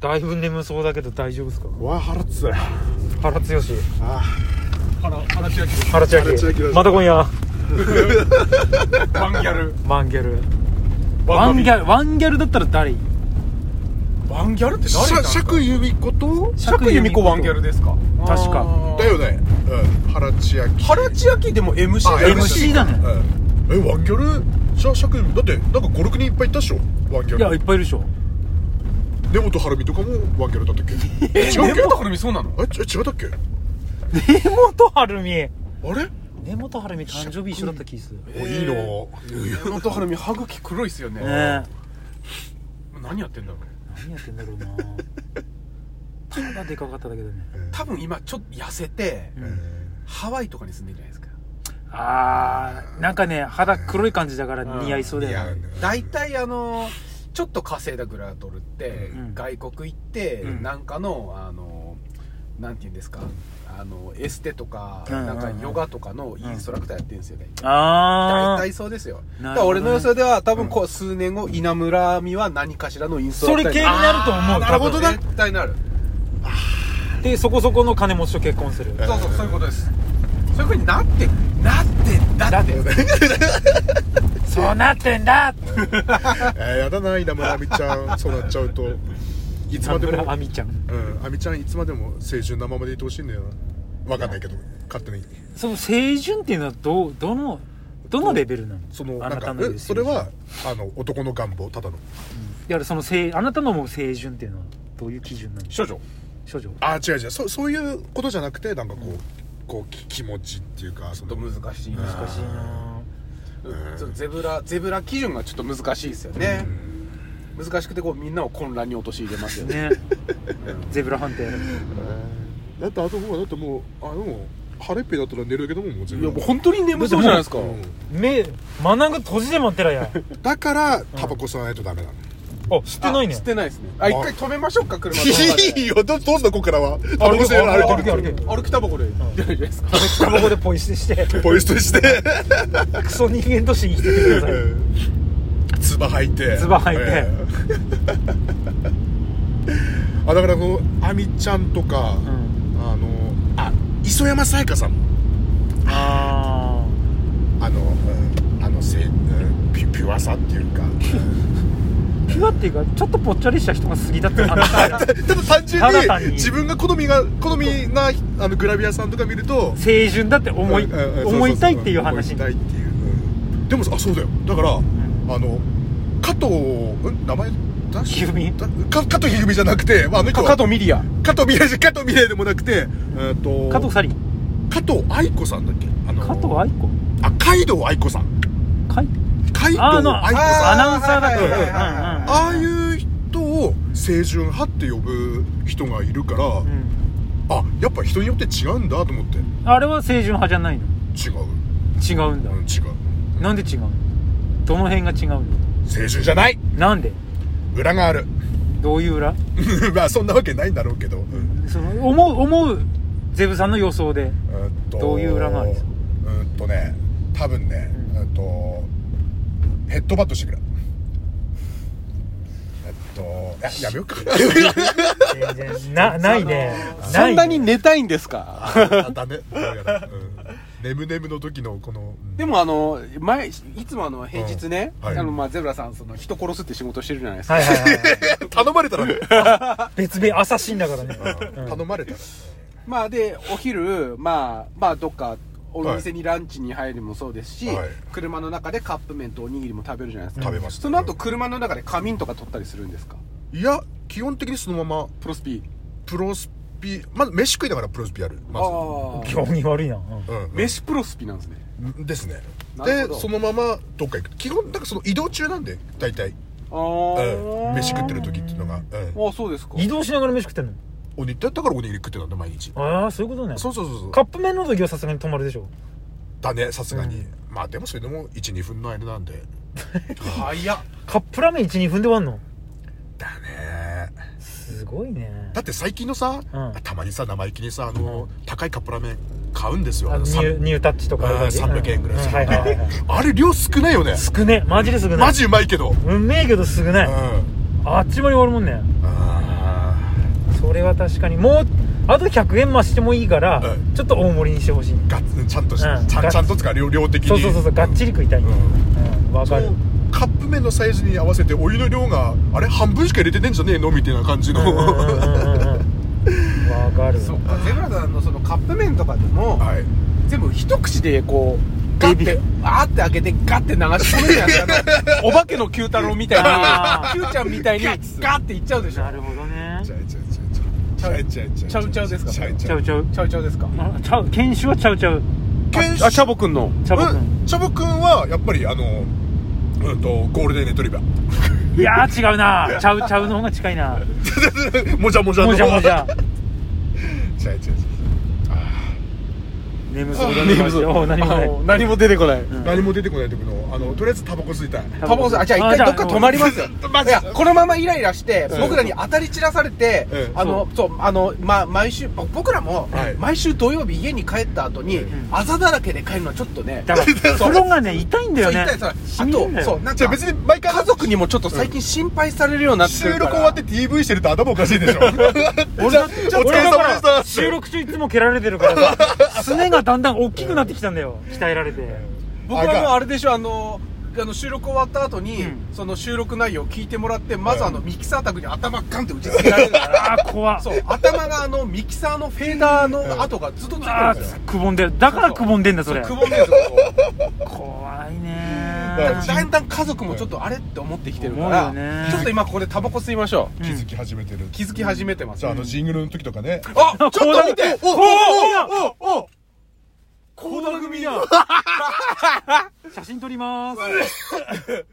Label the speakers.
Speaker 1: だいぶ眠そうだけど大丈夫ですか
Speaker 2: わあ腹っつあ
Speaker 1: 原剛
Speaker 2: あ
Speaker 3: 腹腹千秋
Speaker 1: 原千
Speaker 2: 原千秋
Speaker 1: 秋
Speaker 2: だ
Speaker 1: また今夜
Speaker 3: バンギャル
Speaker 1: ワンギャル
Speaker 3: バ
Speaker 1: ワ
Speaker 3: ン
Speaker 1: ン
Speaker 3: ギ
Speaker 1: ギ
Speaker 3: ャ
Speaker 1: ャルワンギャルだったら誰
Speaker 3: ルバンギャルって誰な
Speaker 2: 釈
Speaker 3: んだ
Speaker 2: 釈由美子と
Speaker 3: 釈由美子ワンギャルですか
Speaker 1: 確か
Speaker 3: あー
Speaker 2: だよねうん原千秋
Speaker 3: 原千秋でも MC
Speaker 2: あ
Speaker 3: だよね
Speaker 1: MC だね
Speaker 2: うんえワンギャルじゃあ釈由美だってなんか56人いっぱいいたっしょワンギ
Speaker 1: いや
Speaker 2: ャ
Speaker 1: いっ
Speaker 2: ル
Speaker 1: ぱいいるでしょ
Speaker 2: 根本晴美とかもワンギャルだったっけ
Speaker 3: え
Speaker 2: 違うっけ
Speaker 3: 根本晴美そうなの
Speaker 2: あれち違ったっけ
Speaker 1: 根本晴美
Speaker 2: あれ
Speaker 1: 根本晴美誕生日一緒だった気がするね
Speaker 2: おいいなぁ
Speaker 3: 根本晴美歯茎黒いっすよね
Speaker 1: え何
Speaker 3: 何やってんだろう
Speaker 1: やってんだろうなただでかかっただけだね
Speaker 3: 多分今ちょっと痩せて
Speaker 2: うん
Speaker 3: ハワイとかに住んでるじゃないですか
Speaker 1: あーなんかね肌黒い感じだから似合いそうだ
Speaker 2: いや
Speaker 1: よね
Speaker 3: 大体あのちょっと稼いだグラドルって、
Speaker 1: うん
Speaker 3: 外国行って、
Speaker 1: うん
Speaker 3: なんかのあのなんて言うんですかあのエステとか、
Speaker 1: うんうん
Speaker 3: な
Speaker 1: うんん
Speaker 3: かヨガとかのインストラクターやってるんですよね、
Speaker 1: あー
Speaker 3: 大体そうですよ、
Speaker 1: なるほどね
Speaker 3: だから俺の予想では多分こう数年後稲村美は何かしらのインスト
Speaker 1: そ
Speaker 3: ラク
Speaker 1: れ
Speaker 3: ター
Speaker 1: 系になると思
Speaker 2: あ
Speaker 1: う
Speaker 2: ーなるほ
Speaker 1: 多
Speaker 2: ど
Speaker 1: 分
Speaker 2: ね
Speaker 3: 絶対なる
Speaker 1: でそこそこの金持ちと結婚する
Speaker 3: そうそうそういうことですそういうふうになってなってだって
Speaker 1: そうなってんだ
Speaker 2: えーやだな稲村亜美ちゃんそうなっちゃうといつまでも
Speaker 1: あみちゃん
Speaker 2: うん亜美ちゃんいつまでも清純なままでいてほしいんだよなわかんないけど勝手に
Speaker 1: その清純っていうのはどうどのどのレベルなの
Speaker 2: その
Speaker 1: あな
Speaker 2: な
Speaker 1: んた
Speaker 2: か
Speaker 1: の
Speaker 2: えそれ
Speaker 1: 清純
Speaker 2: はあの男の願望ただの
Speaker 1: いやその清あなたのもう清純っていうのはどういう基準なの
Speaker 3: 少女
Speaker 1: 処女
Speaker 2: あ違う違うそそういうことじゃなくてなんかこう、こうき気持ちっていうかそ
Speaker 3: ちょ
Speaker 2: の
Speaker 3: っと難しいな
Speaker 1: 難しいな
Speaker 2: うん
Speaker 3: そうゼブラゼブラ基準がちょっと難しいですよね、難しくてこうみんなを混乱に陥れますよね
Speaker 1: ねゼブラ判定
Speaker 2: だってあとほらだってもうあの晴れっぺだったら寝るけどももう全
Speaker 3: いやもう本当に眠そうじゃないですか
Speaker 1: 目マナが閉じて待ってら や
Speaker 2: だからタバコ吸わないとダメなの、
Speaker 1: あ知ってないね
Speaker 3: 捨てないですねあ一回止めましょうか車 の中で
Speaker 2: いいよどどうすんのここからはタバコ吸いながら歩いて
Speaker 1: 歩
Speaker 2: る
Speaker 1: け歩け
Speaker 3: 歩きタバコで出ないじゃないですか
Speaker 1: タバコでポイ捨てして
Speaker 2: ポイ捨てして
Speaker 1: クソ人間として生きててください
Speaker 2: つば吐いて
Speaker 1: 唾吐いて
Speaker 2: ええあだからこの亜美ちゃんとか、
Speaker 1: うん
Speaker 2: あのあ磯山さやかさんも
Speaker 1: あ
Speaker 2: あの、うんあのせ、うんピュピュアさっていう か
Speaker 1: ーピュアっていうかちょっとぽっちゃりした人が過ぎだって話だ
Speaker 2: ただ単純
Speaker 1: ただ単に
Speaker 2: に自分が好みが好みなあのグラビアさんとか見ると
Speaker 1: 清純だって思い
Speaker 2: うんうんうん
Speaker 1: 思いたいっていう話
Speaker 2: そうそうそう思いたいっていう、うんでもさあそうだよだから、あの加藤ん名前だ
Speaker 1: ひふみ
Speaker 2: だか加藤ひふみじゃなくて、まあ、あの人は
Speaker 3: 加藤ミリア
Speaker 2: 加藤美玲じゃ加藤美玲でもなくて、えー、と
Speaker 1: 加藤サリン
Speaker 2: 加藤愛子さんだっけあの
Speaker 1: 加藤愛子
Speaker 2: あ海道愛子さん
Speaker 1: かい
Speaker 2: 海道
Speaker 1: ああの
Speaker 2: 愛子さん
Speaker 1: アナウンサーだから
Speaker 2: はい
Speaker 1: う
Speaker 2: はい
Speaker 1: んうんうん
Speaker 2: ああいう人を清純派って呼ぶ人がいるから、
Speaker 1: うん
Speaker 2: あやっぱ人によって違うんだと思って
Speaker 1: あれは清純派じゃないの
Speaker 2: 違う、
Speaker 1: 違うんだ
Speaker 2: うん、違う
Speaker 1: なんで違うのどの辺が違うの
Speaker 2: 清純じゃない
Speaker 1: なんで
Speaker 2: 裏がある
Speaker 1: どういう裏
Speaker 2: まあそんなわけないんだろうけど、うん
Speaker 1: その思う思うゼブさんの予想で
Speaker 2: うんと
Speaker 1: どういう裏があるんですか
Speaker 2: うんとね多分ね、
Speaker 1: う
Speaker 2: うんとヘッドバットしてくれえっとややめようか
Speaker 1: 全然なないね
Speaker 3: そんなに
Speaker 1: ね
Speaker 3: 寝たいんですか
Speaker 2: あダメだからうん眠眠の時のこの、うん
Speaker 3: でもあの前いつもあの平日ね、
Speaker 2: うんはい
Speaker 3: あのまあゼブラさんその人殺すって仕事してるじゃないですか、
Speaker 1: はいはいはい
Speaker 2: 頼まれたらね、
Speaker 1: 別名朝シーンだからね
Speaker 2: うん頼まれたら
Speaker 3: まあでお昼まあまあどっかお店にランチに入るもそうですし、
Speaker 2: はい
Speaker 3: 車の中でカップ麺とおにぎりも食べるじゃないですか
Speaker 2: 食べます
Speaker 3: その後車の中で仮眠とか取ったりするんですか
Speaker 2: いや基本的にそのまま
Speaker 3: プロスピ
Speaker 2: プロスピまず飯食いながらプロスピやる
Speaker 3: あ
Speaker 2: まず
Speaker 3: あー
Speaker 1: 興味悪いなうん
Speaker 2: うんうん
Speaker 3: 飯プロスピなんですね
Speaker 2: ですね
Speaker 3: なる
Speaker 2: で
Speaker 3: ほど
Speaker 2: そのままどっか行く基本なんかその移動中なんで大体、
Speaker 3: あ
Speaker 2: うん、
Speaker 3: あ
Speaker 2: 飯食ってる時っていうのが、うん、
Speaker 3: ああそうですか
Speaker 1: 移動しながら飯食ってんの
Speaker 2: おにぎりだからおにぎり食ってたんだ毎日
Speaker 1: ああそういうことね
Speaker 2: そうそうそうそう
Speaker 1: カップ麺の時はさすがに止まるでしょ
Speaker 2: だねさすがに、まあでもそれでも12分の間なんで
Speaker 3: 早っ
Speaker 1: カップラーメン12分で終わんの
Speaker 2: だね
Speaker 1: すごいね
Speaker 2: だって最近のさ、
Speaker 1: うん
Speaker 2: たまにさ生意気にさあの、高いカップラーメン買うんですよ
Speaker 1: あ
Speaker 2: あ
Speaker 1: の
Speaker 2: の
Speaker 1: ニ
Speaker 2: さん
Speaker 1: ューニュータッチとか
Speaker 2: うん300円ぐらい
Speaker 1: うん
Speaker 2: する
Speaker 1: はいはいはいはい
Speaker 2: あれ量少ないよね
Speaker 1: 少ねマジですぐない
Speaker 2: マジうまいけどうん
Speaker 1: うめえけどすぐないあっちまに終わるもんね
Speaker 2: あ
Speaker 1: それは確かにもうあと100円増してもいいから、
Speaker 2: うん
Speaker 1: ちょっと大盛りにしてほしい
Speaker 2: ガッツちゃんとし、
Speaker 1: うん
Speaker 2: ちゃ
Speaker 1: ガ
Speaker 2: ん
Speaker 1: ッ
Speaker 2: ちゃんとつか量量的に
Speaker 1: そうそうそうそうがっちり食いたい、
Speaker 2: う
Speaker 1: うんんわ
Speaker 2: そ
Speaker 1: かる
Speaker 2: のカップ麺のサイズに合わせてお湯の量があれ半分しか入れてねえんじゃねえのみたいな感じの
Speaker 1: うんうんうんうんうんわかる
Speaker 3: そうかゼブラさんのそのカップ麺とかでも、
Speaker 2: はい
Speaker 3: 全部一口でこうガッ
Speaker 1: ビビ
Speaker 3: てあーって開けてガッて流し込めるや つだお化けの九太郎みたい
Speaker 1: あ
Speaker 3: に
Speaker 1: ー
Speaker 3: 九ちゃんみたいにガ
Speaker 2: ガッ
Speaker 3: ッていっちゃうでしょ
Speaker 1: なるほどね
Speaker 2: ちゃうちゃうちゃうちゃうちゃう
Speaker 3: ちゃうちゃうですか
Speaker 2: ちゃうち
Speaker 1: ち
Speaker 2: ゃ
Speaker 1: ゃ
Speaker 2: う
Speaker 1: うちゃう
Speaker 3: ちゃうちゃうですか
Speaker 1: あちゃう犬種はちゃうちゃう
Speaker 2: 剣士
Speaker 3: あチャボくんの
Speaker 1: チャボくん
Speaker 2: うんチャボくんはやっぱりあのうんとゴールデンレトリバ
Speaker 1: いやー違うなちゃうちゃうの方が近いな
Speaker 2: ーもじゃもじゃの
Speaker 1: もじゃもじゃ
Speaker 2: ちゃうちゃうちゃ
Speaker 1: 眠そうだねマジでおう何もない
Speaker 3: あ何も出てこない、
Speaker 2: う何も出てこないとこのあのとりあえずタバコ吸いたい
Speaker 3: タバコ吸うあじゃあ一回どっか止まりますよ
Speaker 2: マ
Speaker 3: い
Speaker 2: ジ
Speaker 3: やこのままイライラして
Speaker 2: うん
Speaker 3: 僕らに当たり散らされて、
Speaker 2: うん
Speaker 3: あのそうあの、ま、毎週ぼ僕らも、
Speaker 2: はい
Speaker 3: 毎週土曜日家に帰った後に、
Speaker 2: うん
Speaker 3: あざだらけで帰るのはちょっとね
Speaker 1: だから風呂がね痛いんだ
Speaker 3: そう
Speaker 1: よ
Speaker 3: 言
Speaker 1: ね
Speaker 3: ったら
Speaker 1: し
Speaker 3: あ
Speaker 1: みるんだ
Speaker 3: と
Speaker 1: よ
Speaker 3: そうなん
Speaker 2: じゃ
Speaker 3: か
Speaker 2: あ別に毎回
Speaker 3: 家族にもちょっと最近心配されるようになって
Speaker 2: 収
Speaker 3: るから
Speaker 2: 録終わって TV してると頭おかしいでしょ
Speaker 1: 俺だっ
Speaker 2: じ
Speaker 1: て
Speaker 2: ゃあお疲れ
Speaker 1: 俺だ
Speaker 2: 様でし
Speaker 1: か
Speaker 2: た
Speaker 1: ら収録中いつも蹴られてるからさ すねがだんだん大きくなってきたんだよ鍛えられて
Speaker 3: 僕はもう
Speaker 2: あ
Speaker 3: あれでしょあのあの収録終わった後に、
Speaker 1: うん
Speaker 3: その収録内容を聞いてもらってまずあのミキサー宅に頭ガンって打ちつけられるから
Speaker 1: あー怖っ
Speaker 3: そう頭があのミキサーのフェーダーの跡がずっとついてる
Speaker 1: あ
Speaker 3: んですよ
Speaker 1: ーくぼんでるだからくぼんでんだそれ
Speaker 3: くぼんでるんですよこ
Speaker 1: 怖いね
Speaker 2: だ
Speaker 3: う
Speaker 2: か
Speaker 3: だんだん家族もちょっとあれって思ってきてるか
Speaker 1: 思うよ
Speaker 3: ら
Speaker 1: ね
Speaker 3: ちょっと今ここでタバコ吸いましょう
Speaker 2: 気づき始めてる
Speaker 3: 気づき始めてます
Speaker 2: じゃああのジングルの時とかね
Speaker 3: あちょっと見て
Speaker 1: おお
Speaker 2: おおお
Speaker 1: コーダ組だ写真撮ります